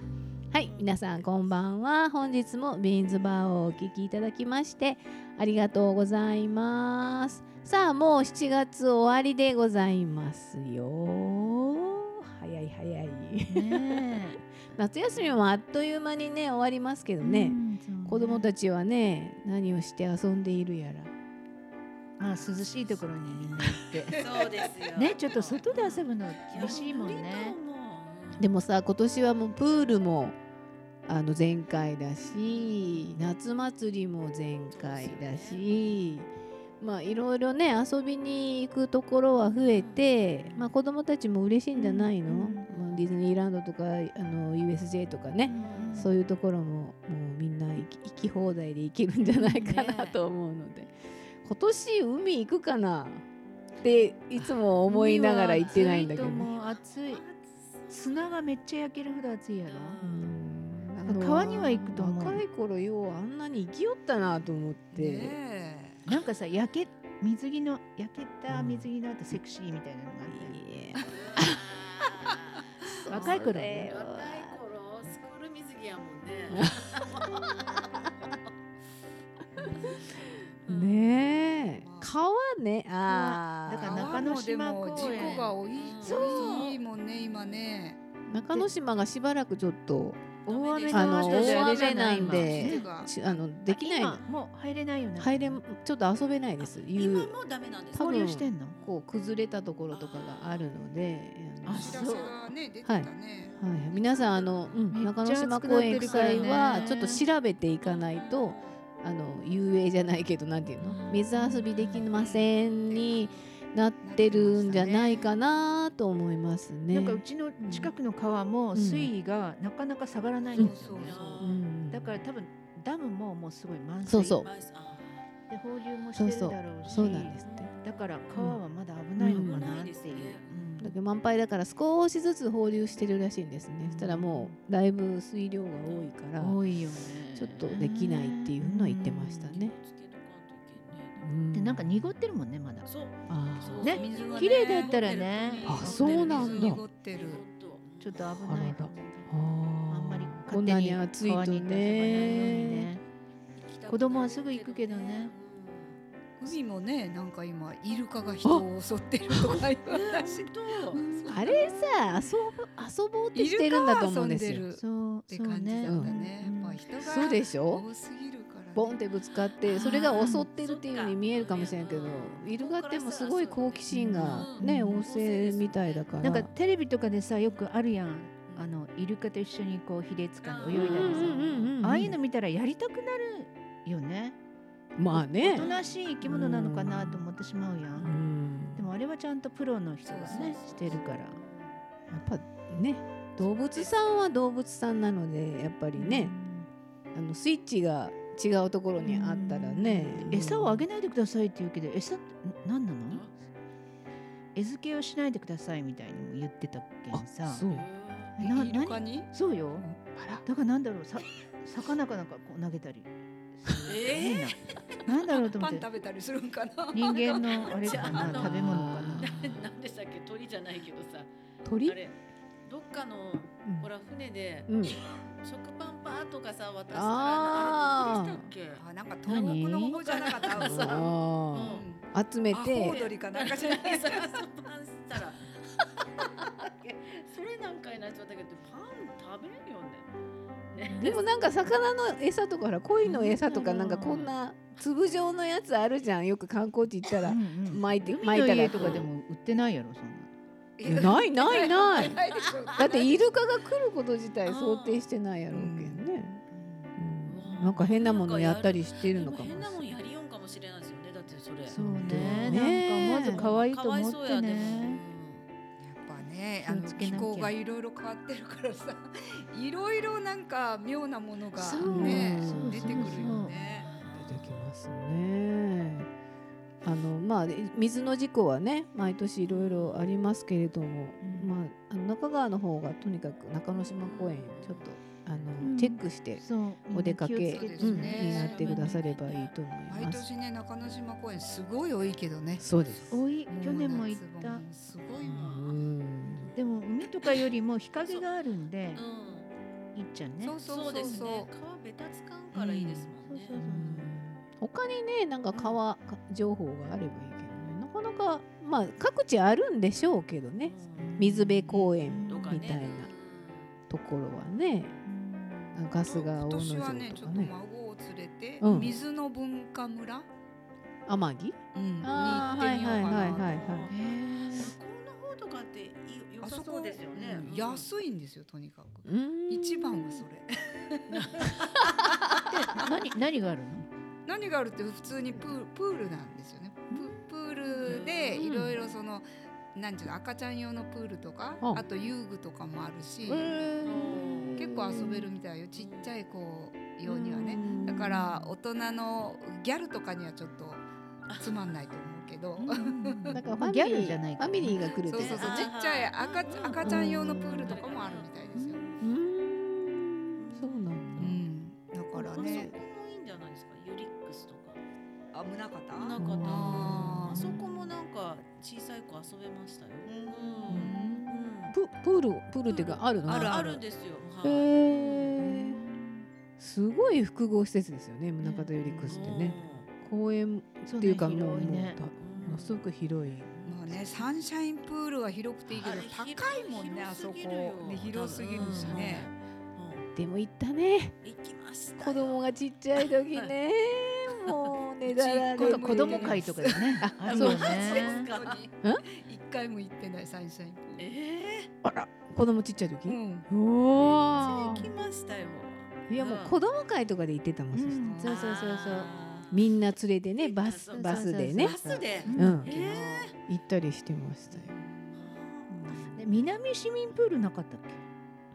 [SPEAKER 5] はい、皆さんこんばんは。本日もビーンズバーをお聞きいただきましてありがとうございます。さあもう7月終わりでございますよ。早い早い。
[SPEAKER 2] ね
[SPEAKER 5] 夏休みもあっという間にね終わりますけど
[SPEAKER 2] え
[SPEAKER 5] ね。
[SPEAKER 2] うんそうね
[SPEAKER 5] 子供たちはね何をして遊んでいるやら。
[SPEAKER 2] あ涼しいところにみんな行って
[SPEAKER 3] そうですよ。
[SPEAKER 2] ねちょっと外で遊ぶの厳しいもん
[SPEAKER 3] いや
[SPEAKER 2] ね。
[SPEAKER 5] でもさ今年はもうプールもあの全開だし夏祭りも全開だし、まあいろいろね遊びに行くところは増えて、まあ、子供たちも嬉しいんじゃないの、
[SPEAKER 2] うん
[SPEAKER 5] まあディズニーランドとかあの USJ とかね、そういうところももうみんな行き行き放題で行けるんじゃないかな
[SPEAKER 3] ね
[SPEAKER 5] と思うので、今年海行くかなっていつも思いながら行ってないんだけどね。
[SPEAKER 2] 海は暑いとも暑い砂がめっちゃ焼けるほど暑いやろ。
[SPEAKER 5] うん
[SPEAKER 2] なんか川には行くと思う
[SPEAKER 5] 若い頃ようあんなに生きよったなと思って、
[SPEAKER 1] ね
[SPEAKER 2] なんかさ焼け水着の焼けた水着の後セクシーみたいなのがあったよね若い頃はね
[SPEAKER 3] 若い頃スクール水着やもんね。
[SPEAKER 5] ねえ
[SPEAKER 1] まあ
[SPEAKER 5] 川ねあ
[SPEAKER 2] だ
[SPEAKER 5] あ
[SPEAKER 2] から
[SPEAKER 1] 川
[SPEAKER 2] 中之島
[SPEAKER 1] もでも
[SPEAKER 2] 公園
[SPEAKER 1] 事故が多い
[SPEAKER 5] そう
[SPEAKER 1] 多いもんね今ね
[SPEAKER 5] 中之島がしばらくちょっと
[SPEAKER 2] 大雨
[SPEAKER 5] あ
[SPEAKER 2] の
[SPEAKER 5] の
[SPEAKER 2] 後で
[SPEAKER 5] 大
[SPEAKER 2] あれじゃ
[SPEAKER 5] 雨
[SPEAKER 2] な
[SPEAKER 5] ないん
[SPEAKER 2] 今
[SPEAKER 5] で
[SPEAKER 1] 今
[SPEAKER 5] しあのできない
[SPEAKER 2] 今もう入れないよね
[SPEAKER 5] 入れちょっと遊べないですい
[SPEAKER 3] 今
[SPEAKER 5] う
[SPEAKER 3] もうダメなんです
[SPEAKER 5] 多分
[SPEAKER 3] か。
[SPEAKER 2] 交流してんの
[SPEAKER 5] こう崩れたところとかがあるのであの
[SPEAKER 2] あ
[SPEAKER 1] お知らせがね出てたね
[SPEAKER 5] はい、皆さんあの、うん
[SPEAKER 2] めっちゃ
[SPEAKER 5] 中之島公園行く際は
[SPEAKER 2] 暑くなって
[SPEAKER 5] ちょ
[SPEAKER 2] るか
[SPEAKER 5] っ
[SPEAKER 2] らね
[SPEAKER 5] と調べていかないとあの遊泳じゃないけどなんていうの水遊びできませんになってるんじゃないかなと思いますね。
[SPEAKER 2] なんかうちの近くの川も水位がなかなか下がらないんですよね
[SPEAKER 1] そうそう
[SPEAKER 5] う
[SPEAKER 1] そ
[SPEAKER 5] ん
[SPEAKER 2] だから多分ダムももうすごい満水
[SPEAKER 5] そうそう
[SPEAKER 3] マイスあ
[SPEAKER 2] で放流もしてるだろうし
[SPEAKER 5] そうなんですって。
[SPEAKER 2] だから川はまだ危ないのかなっていう
[SPEAKER 3] うん
[SPEAKER 5] だけど満杯だから少しずつ放流してるらしいんですね。そしたらもうだいぶ水量が多いから
[SPEAKER 2] うん多いよね
[SPEAKER 5] ちょっとできないっていうのは言ってましたね。
[SPEAKER 3] 気をつけとかんといけんね
[SPEAKER 2] でなんか濁ってるもんねまだ
[SPEAKER 3] そう
[SPEAKER 5] あー
[SPEAKER 3] そう
[SPEAKER 2] ね
[SPEAKER 3] 水が
[SPEAKER 2] 綺麗だったらね
[SPEAKER 5] あそうなんだ
[SPEAKER 1] 水濁ってる
[SPEAKER 2] ちょっと危ないと思う
[SPEAKER 5] あー
[SPEAKER 2] あんまり
[SPEAKER 5] こ
[SPEAKER 2] 勝
[SPEAKER 5] ん
[SPEAKER 2] 手
[SPEAKER 5] な
[SPEAKER 2] に
[SPEAKER 5] に
[SPEAKER 2] 川に
[SPEAKER 5] 暑いと
[SPEAKER 2] 行ったりとかないように
[SPEAKER 5] ね。
[SPEAKER 2] ね子供はすぐ行くけどね。
[SPEAKER 1] 海もねなんか今イルカが人を襲ってるとかいう話
[SPEAKER 3] と
[SPEAKER 5] あれさ遊ぼ遊ぼうってしてるんだと思うんです
[SPEAKER 1] イルカは遊んで
[SPEAKER 5] よ。
[SPEAKER 1] る
[SPEAKER 2] そう
[SPEAKER 1] って
[SPEAKER 2] そう
[SPEAKER 1] 感じ
[SPEAKER 2] ね
[SPEAKER 1] だったね
[SPEAKER 2] うん
[SPEAKER 1] やっぱ人
[SPEAKER 5] そう
[SPEAKER 1] が
[SPEAKER 5] でしょ
[SPEAKER 1] 多すぎるからね
[SPEAKER 5] ボンってぶつかってそれが襲ってるっていうふうに見えるかもしれないけど
[SPEAKER 3] あー
[SPEAKER 5] イルカってもすごい好奇心がね
[SPEAKER 2] うん
[SPEAKER 5] 旺盛みたいだから
[SPEAKER 2] なんかテレビとかでさよくあるやんあのイルカと一緒にこうヒレつかんで泳いだりさ
[SPEAKER 3] うんうん
[SPEAKER 2] ああいうの見たらやりたくなるよね
[SPEAKER 5] まあ
[SPEAKER 2] お
[SPEAKER 5] ね
[SPEAKER 2] と、なしい生き物なのかなと思ってしまうや
[SPEAKER 5] うんん、
[SPEAKER 2] でもあれはちゃんとプロの人がねしてるから
[SPEAKER 5] やっぱね動物さんは動物さんなのでやっぱりねあのスイッチが違うところにあったらね
[SPEAKER 2] うん餌をあげ
[SPEAKER 5] な
[SPEAKER 2] ないでくださいって言うけど餌って何なの餌付けをしないでくださいみたいにも言ってたっけんさ
[SPEAKER 5] そう
[SPEAKER 2] な
[SPEAKER 1] イルカ
[SPEAKER 2] 何
[SPEAKER 1] に
[SPEAKER 2] そうよ
[SPEAKER 5] あら
[SPEAKER 2] だからなんだろうさ魚かなんかこう投げたりする
[SPEAKER 3] え
[SPEAKER 2] ねなんだろうと思
[SPEAKER 1] パ
[SPEAKER 2] っ
[SPEAKER 1] ン
[SPEAKER 2] て
[SPEAKER 1] 食べたりするんかな
[SPEAKER 2] 人間のあれか
[SPEAKER 3] あ
[SPEAKER 2] な
[SPEAKER 3] の
[SPEAKER 2] 食べ物かな
[SPEAKER 3] 何でしたっけ鳥じゃないけどさ
[SPEAKER 5] 鳥
[SPEAKER 3] あれどっかの
[SPEAKER 5] うん
[SPEAKER 3] ほら船で
[SPEAKER 5] うん
[SPEAKER 3] 食パンパーとかさ渡したら
[SPEAKER 5] あー
[SPEAKER 3] あれどこでしたっ
[SPEAKER 1] あなんか東北の方じゃなかったさ
[SPEAKER 5] あ
[SPEAKER 1] うん
[SPEAKER 5] ー集め
[SPEAKER 1] アホウ
[SPEAKER 5] て
[SPEAKER 1] ドリかなんかじゃない
[SPEAKER 3] けさパンしたら それなんかになっちゃったけどパン食べるよねね
[SPEAKER 5] でもなんか魚の餌とかほら鯉の餌とかなんかこんな粒状のやつあるじゃんよく観光地行ったら
[SPEAKER 2] うんうん
[SPEAKER 5] 巻いて
[SPEAKER 2] 海
[SPEAKER 5] 巻い
[SPEAKER 2] の
[SPEAKER 5] たら
[SPEAKER 2] 家とかでも売ってないやろそんな
[SPEAKER 5] やないないない
[SPEAKER 1] ないでしょ
[SPEAKER 5] だってイルカが来ること自体想定してないやろうけんね、うんなんか変なものやったりしてるのかもしれ
[SPEAKER 3] 変
[SPEAKER 5] な
[SPEAKER 3] ないもんやりよんかもしれないですよねだってそれ
[SPEAKER 2] そうね
[SPEAKER 5] ね
[SPEAKER 2] なんかまず可愛いと思
[SPEAKER 3] かわ
[SPEAKER 2] っ
[SPEAKER 3] いそう
[SPEAKER 2] て
[SPEAKER 3] やで
[SPEAKER 2] ね
[SPEAKER 1] やっぱね、あ
[SPEAKER 2] 気を
[SPEAKER 1] の
[SPEAKER 2] つけな
[SPEAKER 1] 気
[SPEAKER 2] きゃ
[SPEAKER 1] 候がいろいろ変わってるからさ、 いろいろなんか妙なものが
[SPEAKER 2] そう
[SPEAKER 1] ね
[SPEAKER 5] そう
[SPEAKER 1] 出てくるよね。
[SPEAKER 5] 出てきますねあのまあ水の事故はね毎年いろいろありますけれども、
[SPEAKER 2] うん
[SPEAKER 5] まああの中川の方がとにかく中之島公園ちょっとああの、
[SPEAKER 2] うん
[SPEAKER 5] チェックして
[SPEAKER 2] そう
[SPEAKER 5] お出かけ、
[SPEAKER 2] みんな気を
[SPEAKER 1] そうで
[SPEAKER 2] つて
[SPEAKER 1] す
[SPEAKER 5] うん
[SPEAKER 1] ね
[SPEAKER 5] になってくださればいいと思い
[SPEAKER 1] 毎
[SPEAKER 5] ます。
[SPEAKER 1] 年ね中之島公園すごい多いけどね
[SPEAKER 5] そうです。
[SPEAKER 2] 多い去年も行っ
[SPEAKER 1] 夏
[SPEAKER 2] た
[SPEAKER 1] 場すご
[SPEAKER 5] う
[SPEAKER 1] いわ、
[SPEAKER 5] ん
[SPEAKER 2] でも海とかよりも日陰があるんで
[SPEAKER 3] う
[SPEAKER 2] いっちゃんね
[SPEAKER 1] そうそ
[SPEAKER 3] ん、そうう
[SPEAKER 1] そ
[SPEAKER 3] で
[SPEAKER 1] う
[SPEAKER 3] す
[SPEAKER 1] そ
[SPEAKER 3] ね
[SPEAKER 1] う
[SPEAKER 3] 皮ベタつかんからいいですもんね、
[SPEAKER 2] うんそうそう
[SPEAKER 5] 他にねなんか川情報があればいいけどねなかなかまあ各地あるんでしょうけどね
[SPEAKER 3] うん
[SPEAKER 5] 水辺公園
[SPEAKER 3] とか
[SPEAKER 5] み
[SPEAKER 3] ね
[SPEAKER 5] たいなところはねガスが
[SPEAKER 1] 今
[SPEAKER 5] 大野
[SPEAKER 1] 年
[SPEAKER 5] 城と
[SPEAKER 1] は
[SPEAKER 5] か
[SPEAKER 1] ねちょっと
[SPEAKER 5] ね
[SPEAKER 1] 孫を連れて、
[SPEAKER 5] うん
[SPEAKER 1] 水の文化村、
[SPEAKER 5] 天城
[SPEAKER 1] うんに行
[SPEAKER 5] あ
[SPEAKER 1] っ
[SPEAKER 5] ー
[SPEAKER 1] てみようかな、
[SPEAKER 5] はいはいはいはい
[SPEAKER 3] うん
[SPEAKER 2] へ
[SPEAKER 3] 向こうの方とかってい良
[SPEAKER 1] あ
[SPEAKER 3] さ
[SPEAKER 1] そ
[SPEAKER 3] そ
[SPEAKER 1] こ
[SPEAKER 3] うですよね、
[SPEAKER 1] うん
[SPEAKER 3] い
[SPEAKER 1] 安いんですよとにかく、
[SPEAKER 5] うん
[SPEAKER 1] 一番はそれ
[SPEAKER 2] 何何があるの
[SPEAKER 1] 何があるって普通にプールプールなんですよねププールで
[SPEAKER 5] うん
[SPEAKER 1] いろいろその、なんていうの赤ちゃん用のプールとか
[SPEAKER 5] あ
[SPEAKER 1] あと遊具とかもあるし、
[SPEAKER 5] うん
[SPEAKER 1] 結構遊べるみたいよちっちゃい子用にはね
[SPEAKER 5] うん
[SPEAKER 1] だから大人のギャルとかにはちょっとつまんないと思うけど
[SPEAKER 5] なんかフ
[SPEAKER 2] まあ
[SPEAKER 5] ァミリー
[SPEAKER 2] ギャルじゃない
[SPEAKER 5] ファミリーが来る
[SPEAKER 1] そ
[SPEAKER 5] と
[SPEAKER 1] うそうそう
[SPEAKER 3] あー
[SPEAKER 1] ちっちゃい赤
[SPEAKER 3] うん
[SPEAKER 1] 赤ちゃん用のプールとかもあるみたいですよ、
[SPEAKER 5] うんそうな
[SPEAKER 1] う
[SPEAKER 5] んだ、
[SPEAKER 1] ん、だからね
[SPEAKER 3] あそこもいいんじゃないですかユリックスとか
[SPEAKER 1] あ胸肩
[SPEAKER 3] なかった
[SPEAKER 1] あー
[SPEAKER 3] あそこもなんか小さい子遊べましたよ、
[SPEAKER 1] う
[SPEAKER 3] うん
[SPEAKER 1] ん
[SPEAKER 5] ププールプールっていうかあるの
[SPEAKER 3] あるあ
[SPEAKER 5] へ
[SPEAKER 3] るんですよ、
[SPEAKER 5] え
[SPEAKER 3] はい
[SPEAKER 5] ー、すごい複合施設ですよね宗像よりくスってね、公園っていうか
[SPEAKER 2] そうね
[SPEAKER 5] もう
[SPEAKER 2] 広いね
[SPEAKER 5] もうた
[SPEAKER 3] うん
[SPEAKER 5] ものすごく広い
[SPEAKER 1] まあね、サンシャインプールは広くていいけど
[SPEAKER 3] あれ
[SPEAKER 1] 高いもんねあ
[SPEAKER 3] 広
[SPEAKER 1] そこ
[SPEAKER 3] すぎるよ
[SPEAKER 1] で広すぎるしね、
[SPEAKER 5] でも行ったね
[SPEAKER 3] うんうん行きましたよ
[SPEAKER 5] 子供がちっちゃい時ねもうねだられ
[SPEAKER 1] ちっこ
[SPEAKER 5] て
[SPEAKER 1] い
[SPEAKER 2] 子供会とかでね あるよね
[SPEAKER 3] か
[SPEAKER 1] 本当に一回も行ってないサンシャインプール、
[SPEAKER 3] え
[SPEAKER 5] あら子供ちっちゃい時、
[SPEAKER 1] うん、
[SPEAKER 5] お
[SPEAKER 3] ー、行きましたよ
[SPEAKER 5] いやもう子供会とかで行ってたもん、そしたら
[SPEAKER 2] うんそうそうそうそう
[SPEAKER 3] あー
[SPEAKER 5] みんな連れてねバス
[SPEAKER 3] そうそう
[SPEAKER 5] バスで
[SPEAKER 2] そ
[SPEAKER 5] ね
[SPEAKER 2] う
[SPEAKER 3] バスで、
[SPEAKER 5] う
[SPEAKER 3] え
[SPEAKER 5] ん
[SPEAKER 3] ー
[SPEAKER 5] 行ったりしてましたよ、
[SPEAKER 2] で南市民プールなかったっけ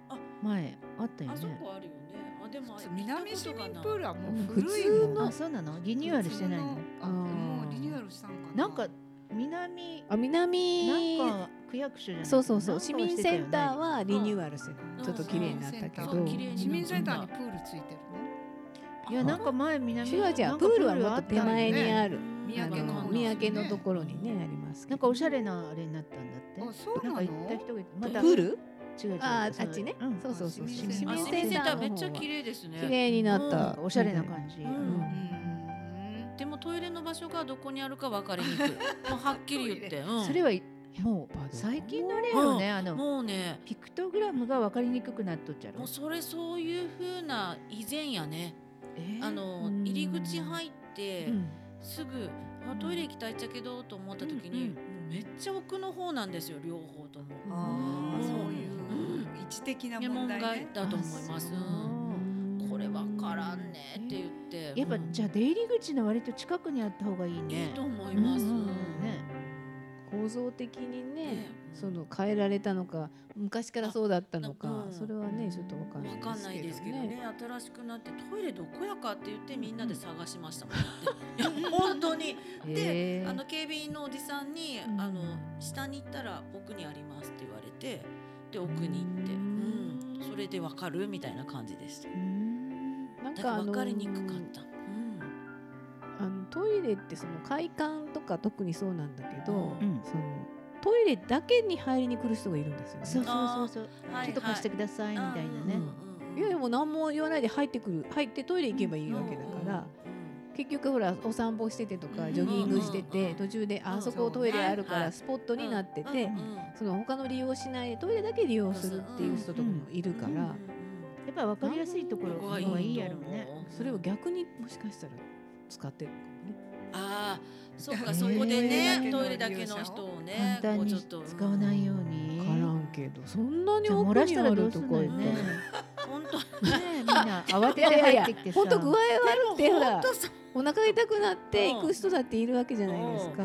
[SPEAKER 3] あ
[SPEAKER 2] 前あったよ
[SPEAKER 3] あそ
[SPEAKER 2] ね
[SPEAKER 3] こあるよねあでも
[SPEAKER 1] そう南市民プー
[SPEAKER 3] ル
[SPEAKER 1] ルはもう
[SPEAKER 5] うん
[SPEAKER 1] 古いも
[SPEAKER 5] 普通
[SPEAKER 1] ん
[SPEAKER 5] の
[SPEAKER 2] あそうなのリニューアルしてないの
[SPEAKER 1] 普通あ
[SPEAKER 5] あー
[SPEAKER 1] もうリニューアルしたんかな
[SPEAKER 2] なんか南
[SPEAKER 5] あ南
[SPEAKER 2] なんか区役所じゃない
[SPEAKER 5] そうそうそ
[SPEAKER 2] な
[SPEAKER 5] う
[SPEAKER 2] んか
[SPEAKER 5] 市民センターはリニューアルして
[SPEAKER 1] うん
[SPEAKER 5] ちょっと綺麗になったけ
[SPEAKER 1] う
[SPEAKER 5] ど
[SPEAKER 1] ん
[SPEAKER 3] 綺麗になった
[SPEAKER 1] 市民センターにプールついてる
[SPEAKER 2] してたよねいやなんか前南
[SPEAKER 5] 違う違
[SPEAKER 2] な
[SPEAKER 5] うんプ
[SPEAKER 2] か
[SPEAKER 5] ールはもっと
[SPEAKER 2] あた
[SPEAKER 5] 手
[SPEAKER 2] よね
[SPEAKER 5] 前にある
[SPEAKER 1] 三
[SPEAKER 5] あ
[SPEAKER 1] 宅の
[SPEAKER 5] の
[SPEAKER 1] 方
[SPEAKER 5] 三
[SPEAKER 1] です
[SPEAKER 5] 宅
[SPEAKER 1] ね
[SPEAKER 5] のところにねありますけど
[SPEAKER 2] なんかおしゃれなあれになったんだって
[SPEAKER 1] のあそう
[SPEAKER 2] なん
[SPEAKER 1] な
[SPEAKER 2] か
[SPEAKER 1] の
[SPEAKER 2] 行った人がいてま
[SPEAKER 5] プ
[SPEAKER 2] た
[SPEAKER 5] ール
[SPEAKER 2] 違う違う
[SPEAKER 5] あー
[SPEAKER 2] そ
[SPEAKER 5] あ
[SPEAKER 2] う
[SPEAKER 5] っちね
[SPEAKER 2] うん
[SPEAKER 5] そうそうそう
[SPEAKER 1] 市民
[SPEAKER 5] 市
[SPEAKER 1] の
[SPEAKER 3] あ
[SPEAKER 5] 民
[SPEAKER 3] 市民
[SPEAKER 5] セ
[SPEAKER 3] セ
[SPEAKER 5] ン
[SPEAKER 3] ン
[SPEAKER 5] ター
[SPEAKER 3] ターめっ
[SPEAKER 5] の
[SPEAKER 3] ちゃ
[SPEAKER 5] 方は
[SPEAKER 3] 綺麗ですね
[SPEAKER 5] 綺麗になった、
[SPEAKER 2] おしゃれな感じ、
[SPEAKER 3] うん
[SPEAKER 1] う
[SPEAKER 5] うん
[SPEAKER 1] ん
[SPEAKER 3] でもトイレの場所がどこにあるか分かりにくいもうはっきり言っ て、うん
[SPEAKER 2] それはいもう最近の例よねあの
[SPEAKER 3] もうね
[SPEAKER 2] ピクトグラムが分かりにくくなっとっちゃろ
[SPEAKER 3] もうそれそういう風な以前やね、
[SPEAKER 2] えー
[SPEAKER 3] あの
[SPEAKER 5] うん
[SPEAKER 3] 入り口入って、
[SPEAKER 5] うん
[SPEAKER 3] すぐあトイレ行きたいっちゃけどと思った時に、
[SPEAKER 2] うんうん
[SPEAKER 3] もうめっちゃ奥の方なんですよ両方とも、
[SPEAKER 1] ああそういううん位置的ない
[SPEAKER 3] や
[SPEAKER 1] 問
[SPEAKER 3] 問
[SPEAKER 1] 題
[SPEAKER 3] 題
[SPEAKER 1] ね
[SPEAKER 3] だと思います、う
[SPEAKER 5] うん
[SPEAKER 3] んこれ分からんねって言って
[SPEAKER 2] やっぱ
[SPEAKER 3] うん
[SPEAKER 2] じゃあ出入り口の割と近くにあった方がいい
[SPEAKER 3] いい
[SPEAKER 2] ね
[SPEAKER 3] と思います、
[SPEAKER 2] うんうんうん
[SPEAKER 3] ね
[SPEAKER 2] ね
[SPEAKER 5] 構造的にね
[SPEAKER 3] ね
[SPEAKER 5] その変えられたのか昔からそうだったのか、
[SPEAKER 3] うん
[SPEAKER 5] それはねちょっとわかんない
[SPEAKER 3] わかんないですけどね新しくなってトイレどこやかって言ってみんなで探しましたもんだっていや本当にで、
[SPEAKER 2] へー
[SPEAKER 3] あの警備員のおじさんに、
[SPEAKER 5] うん
[SPEAKER 3] あの下に行ったら奥にありますって言われてで奥に行って、
[SPEAKER 5] う
[SPEAKER 3] うんんそれでわかるみたいな感じでした
[SPEAKER 5] なん
[SPEAKER 3] だ
[SPEAKER 5] か
[SPEAKER 3] から
[SPEAKER 5] あの
[SPEAKER 3] 分かりにくかった、うん
[SPEAKER 5] あのトイレってその快感とか特にそうなんだけど、
[SPEAKER 2] ん
[SPEAKER 5] そのトイレだけに入りに来る人がいるんですよね。
[SPEAKER 2] そう
[SPEAKER 5] い
[SPEAKER 2] そうそうそう
[SPEAKER 3] はいはい
[SPEAKER 2] ちょっと貸してくださいみたいなね、
[SPEAKER 3] うんうん
[SPEAKER 5] やでも何も言わないで入ってくる入ってトイレ行けばいいわけだから、結局ほらお散歩しててとか
[SPEAKER 3] うん
[SPEAKER 5] ジョギングして
[SPEAKER 3] うんうん
[SPEAKER 5] て、
[SPEAKER 3] うん
[SPEAKER 5] 途中で、あ
[SPEAKER 3] うん
[SPEAKER 5] あそこトイレあるか
[SPEAKER 3] はい
[SPEAKER 5] ら
[SPEAKER 3] はい
[SPEAKER 5] スポットになってて、
[SPEAKER 3] うんうんうん
[SPEAKER 5] その他の利用しないでトイレだけ利用するっていう人とかもいるから、
[SPEAKER 3] うんうんうん
[SPEAKER 2] やっぱ分かりやすいところの
[SPEAKER 3] ここ
[SPEAKER 2] 方
[SPEAKER 3] が
[SPEAKER 2] が
[SPEAKER 3] いいと思う
[SPEAKER 2] いいやろうね
[SPEAKER 5] それを逆にもしかしたら使ってるのかもね。
[SPEAKER 3] ああそっか
[SPEAKER 5] ね
[SPEAKER 3] そこでね
[SPEAKER 1] ト
[SPEAKER 3] ト
[SPEAKER 1] イ
[SPEAKER 3] イ
[SPEAKER 1] レ
[SPEAKER 3] レ
[SPEAKER 1] だ
[SPEAKER 3] だ
[SPEAKER 1] け
[SPEAKER 3] け
[SPEAKER 1] の
[SPEAKER 3] の
[SPEAKER 1] 利
[SPEAKER 3] 人
[SPEAKER 1] 用
[SPEAKER 3] をね
[SPEAKER 2] 簡単
[SPEAKER 3] こ
[SPEAKER 2] に
[SPEAKER 3] うちょっと
[SPEAKER 2] 使わないように
[SPEAKER 5] わからんけどそんなに
[SPEAKER 2] じゃあ
[SPEAKER 5] 奥
[SPEAKER 2] 漏らし
[SPEAKER 5] に
[SPEAKER 2] た
[SPEAKER 5] あ
[SPEAKER 2] らど
[SPEAKER 5] る
[SPEAKER 2] うす
[SPEAKER 5] と
[SPEAKER 2] ん
[SPEAKER 5] こ
[SPEAKER 2] の
[SPEAKER 5] に
[SPEAKER 2] よねね
[SPEAKER 5] ね。
[SPEAKER 3] 本 当
[SPEAKER 2] えみんな慌てて
[SPEAKER 5] いやい
[SPEAKER 2] 入
[SPEAKER 5] や
[SPEAKER 2] っ
[SPEAKER 5] い
[SPEAKER 2] て
[SPEAKER 5] や
[SPEAKER 2] きてさ
[SPEAKER 5] 本当具合悪くてほら
[SPEAKER 3] 本当そう
[SPEAKER 5] お腹痛くなって
[SPEAKER 3] うん
[SPEAKER 5] 行く人だっているわけじゃないですか。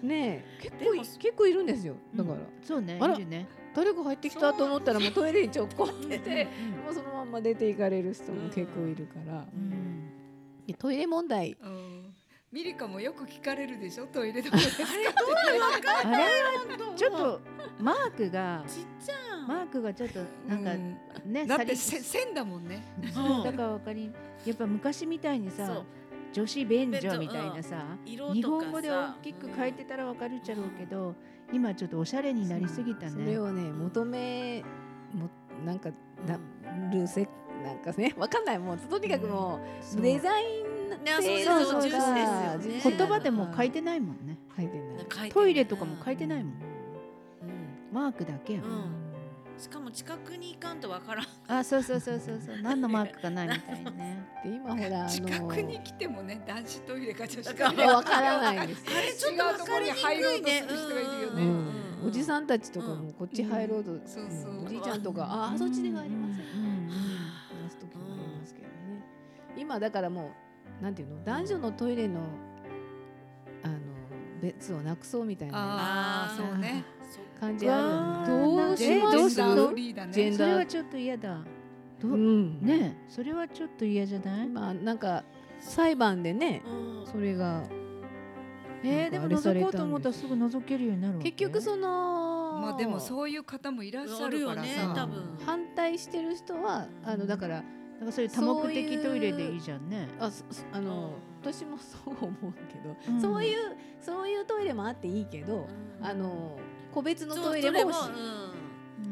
[SPEAKER 5] ねえ結構い
[SPEAKER 3] でも
[SPEAKER 5] 結構いるんですよ。だから、
[SPEAKER 2] そうね
[SPEAKER 5] あら
[SPEAKER 2] いるね
[SPEAKER 5] 誰か入ってきたと思ったらもうトイレに直行ってて
[SPEAKER 2] う、ん
[SPEAKER 5] もうそのまんま出て行かれる人も結構いるから、
[SPEAKER 2] うん
[SPEAKER 5] でトイレ問題
[SPEAKER 1] うんミリカもよく聞かれるでしょトイレどこですか
[SPEAKER 2] あれはちょっとマークが
[SPEAKER 3] ちっちゃ
[SPEAKER 2] マークがちょっとなんか
[SPEAKER 1] うん
[SPEAKER 2] ね、
[SPEAKER 1] だっ
[SPEAKER 2] さ
[SPEAKER 1] て
[SPEAKER 2] り
[SPEAKER 1] せ線だもんね。
[SPEAKER 2] そうだからわかりやっぱ昔みたいに
[SPEAKER 3] そ
[SPEAKER 2] さ
[SPEAKER 3] う
[SPEAKER 2] 女子便所みたいなさ、
[SPEAKER 3] 色とかさ
[SPEAKER 2] 日本語で大きく書いてたらわかるっちゃろうけど、今ちょっとおしゃれになりすぎた
[SPEAKER 5] それ
[SPEAKER 2] ね。
[SPEAKER 5] をね求めもなんかなるせなんかね わかんないもうとにかくも
[SPEAKER 2] そう
[SPEAKER 5] うデザイン
[SPEAKER 3] ね
[SPEAKER 5] 性
[SPEAKER 3] そうそう
[SPEAKER 5] とか
[SPEAKER 3] 重視ですよね
[SPEAKER 2] 言葉でも書い
[SPEAKER 5] て
[SPEAKER 2] てないもんね。
[SPEAKER 5] 書いてない
[SPEAKER 3] 書いて
[SPEAKER 2] トイレとかも書いてないもん。
[SPEAKER 3] うん
[SPEAKER 2] マークだけやん。
[SPEAKER 3] うんしかも近くに行かんとわからん
[SPEAKER 2] あ、そうそうそうそうそう。何のマークかないみたいね。
[SPEAKER 5] で今ほらあの
[SPEAKER 1] 近くに来てもね男子トイレか女子ト
[SPEAKER 3] だ
[SPEAKER 1] イ
[SPEAKER 3] か
[SPEAKER 1] レ
[SPEAKER 5] わからないんですよ
[SPEAKER 1] あれちょっと分かりにくいね違うとこに入ろうとする人がいるよ
[SPEAKER 5] う
[SPEAKER 1] ね
[SPEAKER 5] んおじ
[SPEAKER 3] ん
[SPEAKER 5] さんたちとかもこっち入ろうと、
[SPEAKER 1] んそうそう
[SPEAKER 5] おじいちゃんとかああそっちではありません、
[SPEAKER 2] うんうんうん
[SPEAKER 5] 話す時もありますけどね、今だからもうなんていうの男女のトイレのあの別をなくそうみたいな
[SPEAKER 1] ああ
[SPEAKER 3] あー
[SPEAKER 1] そうね。
[SPEAKER 3] そっか
[SPEAKER 5] 感じある
[SPEAKER 2] う
[SPEAKER 5] よ
[SPEAKER 2] わー
[SPEAKER 5] ねどう
[SPEAKER 2] ジ
[SPEAKER 5] し
[SPEAKER 2] ェン
[SPEAKER 5] ま
[SPEAKER 2] どう
[SPEAKER 5] す
[SPEAKER 2] する
[SPEAKER 1] ジェンダーフリーだ
[SPEAKER 5] ジェン
[SPEAKER 1] ね。
[SPEAKER 2] そ
[SPEAKER 5] ダー
[SPEAKER 2] れはちょっと嫌だ。ど
[SPEAKER 5] う
[SPEAKER 2] うんねえ、それはちょっと嫌じゃない？
[SPEAKER 5] まあなんか裁判でね
[SPEAKER 3] うん
[SPEAKER 5] それが
[SPEAKER 2] えー、で
[SPEAKER 5] なんか
[SPEAKER 2] も
[SPEAKER 5] あれされ
[SPEAKER 2] 覗
[SPEAKER 5] たんです
[SPEAKER 2] こうと思ったらすぐ覗けるようになるわけ
[SPEAKER 5] 結局その
[SPEAKER 1] まあでもそういう方もいらっしゃ
[SPEAKER 3] ある
[SPEAKER 1] る
[SPEAKER 3] よ
[SPEAKER 1] から
[SPEAKER 3] ね
[SPEAKER 1] さ。
[SPEAKER 3] 多分
[SPEAKER 5] 反対してる人はあのだから
[SPEAKER 2] なんかそういう多目的トイレでいいじゃんね。
[SPEAKER 5] あそそあの
[SPEAKER 3] うん
[SPEAKER 5] 私もそう思うけど、
[SPEAKER 2] うん
[SPEAKER 5] そういうそういうトイレもあっていいけど、
[SPEAKER 3] うん
[SPEAKER 5] あの個別の
[SPEAKER 3] そう
[SPEAKER 5] トイレも欲し
[SPEAKER 3] トイレも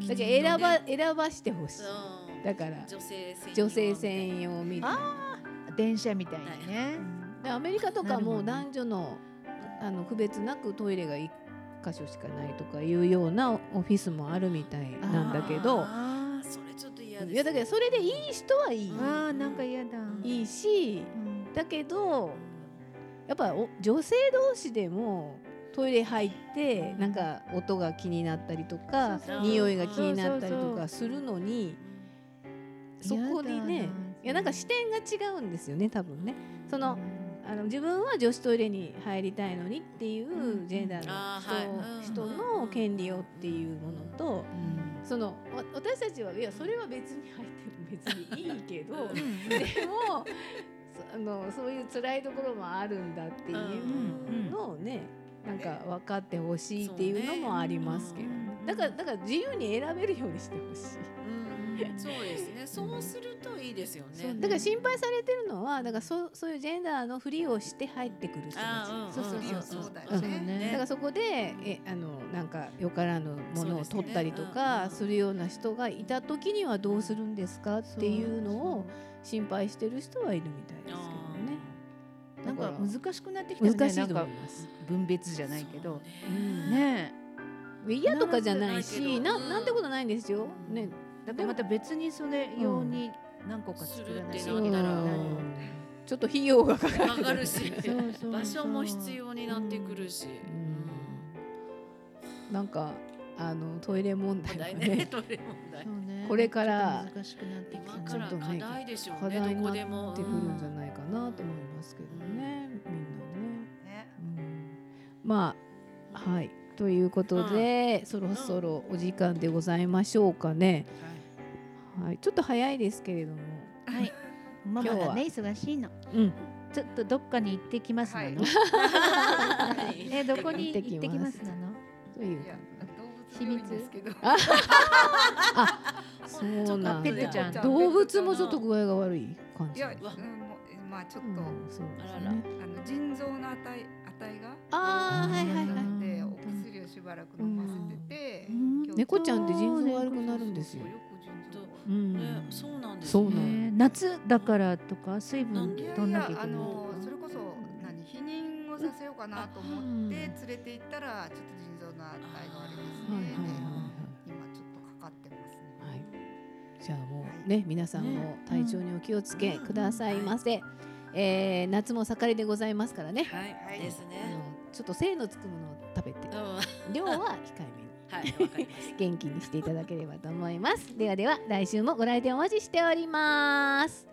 [SPEAKER 5] いだ
[SPEAKER 2] け
[SPEAKER 5] けど選ば、
[SPEAKER 3] う
[SPEAKER 5] 選ばしてほしい
[SPEAKER 3] うん
[SPEAKER 5] だから
[SPEAKER 3] 女性専用
[SPEAKER 5] 女性専用みたいな
[SPEAKER 2] 電車みたいにね。
[SPEAKER 5] でアメリカとかも
[SPEAKER 2] なる
[SPEAKER 5] 男女のあの区別なくトイレが1箇所しかないとかいうようなオフィスもあるみたいなんだけど
[SPEAKER 3] あーそれちょっと嫌です
[SPEAKER 5] いやだけどそれでいい人はいい、
[SPEAKER 2] ああなんか嫌だ。
[SPEAKER 5] いいし
[SPEAKER 2] うん
[SPEAKER 5] だけどやっぱお女性同士でもトイレ入ってなんか音が気になったりとか
[SPEAKER 2] そうそう
[SPEAKER 5] 匂いが気になったり
[SPEAKER 2] そう
[SPEAKER 5] と
[SPEAKER 2] そうそう
[SPEAKER 5] かするのにそ
[SPEAKER 2] 嫌だな
[SPEAKER 5] こにねいやなんか視点が違うんですよね多分ねそのあの自分は女子トイレに入りたいのにっていうジェンダー
[SPEAKER 3] あーはいうん
[SPEAKER 5] の人,、人の権利をっていうものと
[SPEAKER 1] うん
[SPEAKER 5] そのわ私たちはいやそれは別に入ってる別にいいけど。
[SPEAKER 3] うん
[SPEAKER 5] でもそあのそういう辛いところもあるんだっていうのをね、なんか分かってほしいっていうのもありますけど、
[SPEAKER 3] そうね
[SPEAKER 5] だからだから自由に選べるようにしてほしい。
[SPEAKER 3] うんそうですねそうするといいですよね
[SPEAKER 5] だから心配されてるのはだからそうそういうジェンダーのふりをして入ってくる人たち。
[SPEAKER 3] あー
[SPEAKER 5] そうそう
[SPEAKER 1] フリー
[SPEAKER 5] そう
[SPEAKER 1] は
[SPEAKER 5] そう
[SPEAKER 1] そうだよ
[SPEAKER 2] そう
[SPEAKER 1] ね。
[SPEAKER 5] だ
[SPEAKER 2] ね。
[SPEAKER 5] からそこでえあのなんかよからぬものを
[SPEAKER 3] そうですね
[SPEAKER 5] 取ったりと
[SPEAKER 3] うんう
[SPEAKER 5] か
[SPEAKER 3] ん
[SPEAKER 5] するような人がいた時にはどうするんですかっていうのを心配してる人はいるみたいですけ
[SPEAKER 2] な
[SPEAKER 5] どね。
[SPEAKER 2] んか
[SPEAKER 5] だら
[SPEAKER 2] 難しくなってきたよね。
[SPEAKER 5] 難しいと
[SPEAKER 2] な
[SPEAKER 5] 思
[SPEAKER 2] ん
[SPEAKER 5] い
[SPEAKER 2] か
[SPEAKER 5] ます。
[SPEAKER 2] 分別じゃないけど。
[SPEAKER 5] うん
[SPEAKER 2] ね
[SPEAKER 5] 嫌とかじゃないし、な
[SPEAKER 3] ならずじゃないけどうん
[SPEAKER 5] なんてことないんですよ。ね、
[SPEAKER 2] え。だからまた別にそれ用に何個か作らないといけない
[SPEAKER 3] するってなったら
[SPEAKER 2] ようになるよね
[SPEAKER 5] ちょっと費用がかかる。
[SPEAKER 3] わか るし
[SPEAKER 2] そうそうそう
[SPEAKER 3] 場所も必要になってくるし
[SPEAKER 5] なんかあのトイレ問
[SPEAKER 3] 問
[SPEAKER 5] 題
[SPEAKER 3] 題
[SPEAKER 5] が
[SPEAKER 3] ね
[SPEAKER 5] ね、
[SPEAKER 3] トイレ問題
[SPEAKER 2] そうね
[SPEAKER 5] これから
[SPEAKER 2] ちょっと難しくなってきた
[SPEAKER 3] 今
[SPEAKER 2] ね
[SPEAKER 3] から課題でしょう
[SPEAKER 5] 課
[SPEAKER 3] ね
[SPEAKER 5] 題
[SPEAKER 3] ど
[SPEAKER 5] にな
[SPEAKER 3] こ
[SPEAKER 5] っ
[SPEAKER 3] でも
[SPEAKER 5] てくるんじゃ
[SPEAKER 3] い
[SPEAKER 5] ないかなと思いますけどね、みんなね。
[SPEAKER 1] ね
[SPEAKER 5] うんまあはいということで、そろそろお時間でございましょうかね。はい、ちょっと早いですけれども、
[SPEAKER 2] はい。ママがね忙しいの。
[SPEAKER 5] うん、
[SPEAKER 2] ちょっとどっかに行ってきますなの。えどこに行ってきますなの。
[SPEAKER 5] という
[SPEAKER 1] いや動物病院ですけど。
[SPEAKER 5] そうなん
[SPEAKER 2] ペットちゃん
[SPEAKER 5] だ。動物もちょっと具合が悪い感
[SPEAKER 1] い
[SPEAKER 5] じ。
[SPEAKER 1] や、う
[SPEAKER 5] うん
[SPEAKER 1] ん、もうまあちょっと、
[SPEAKER 5] そうです
[SPEAKER 3] あらら
[SPEAKER 5] ね。
[SPEAKER 1] あの腎臓の値値が
[SPEAKER 5] ああ、はいはいは。
[SPEAKER 1] ないんでお薬をしばらく飲ませてて、
[SPEAKER 2] うん
[SPEAKER 1] 今日
[SPEAKER 5] 猫ちゃんって腎臓悪くなるんですよ
[SPEAKER 1] そう。そうよく腎臓が悪く
[SPEAKER 5] う
[SPEAKER 3] ね
[SPEAKER 5] ん。
[SPEAKER 3] そうなんです
[SPEAKER 5] そうな
[SPEAKER 2] え
[SPEAKER 5] の
[SPEAKER 3] ね
[SPEAKER 2] ー夏だからとか水
[SPEAKER 3] な
[SPEAKER 2] 分
[SPEAKER 3] んで
[SPEAKER 2] 取ん
[SPEAKER 1] い
[SPEAKER 2] な
[SPEAKER 1] や
[SPEAKER 2] きゃい
[SPEAKER 1] い
[SPEAKER 2] け
[SPEAKER 1] やあ
[SPEAKER 2] ない。
[SPEAKER 1] のそれこそ何避妊をさせようかなと思って連れて行ったらちょっと腎臓の値が悪いです
[SPEAKER 5] は
[SPEAKER 1] ね
[SPEAKER 5] いはいは
[SPEAKER 1] で
[SPEAKER 5] いは
[SPEAKER 1] 今ちょっとかかってますね
[SPEAKER 5] いはい。はい。じゃあもうね皆さんも体調にお気をつけくださいませ。えー夏も盛りでございますからね。
[SPEAKER 3] は
[SPEAKER 1] はいい
[SPEAKER 3] です
[SPEAKER 5] あ
[SPEAKER 3] ね
[SPEAKER 5] のちょっと精のつくものを食べて
[SPEAKER 3] うんは
[SPEAKER 5] 量は控えめに。
[SPEAKER 3] いわかりました
[SPEAKER 5] 元気にしていただければと思います。ではでは来週もご来店お待ちしております。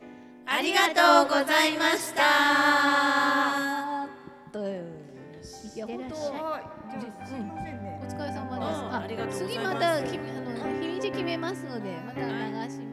[SPEAKER 3] ありがとうございました。
[SPEAKER 5] といや本当
[SPEAKER 1] はいじゃあすいませんね
[SPEAKER 5] お疲れ様です。
[SPEAKER 3] あありがとうございます
[SPEAKER 5] 次またきあの日にち決めますのでまた流し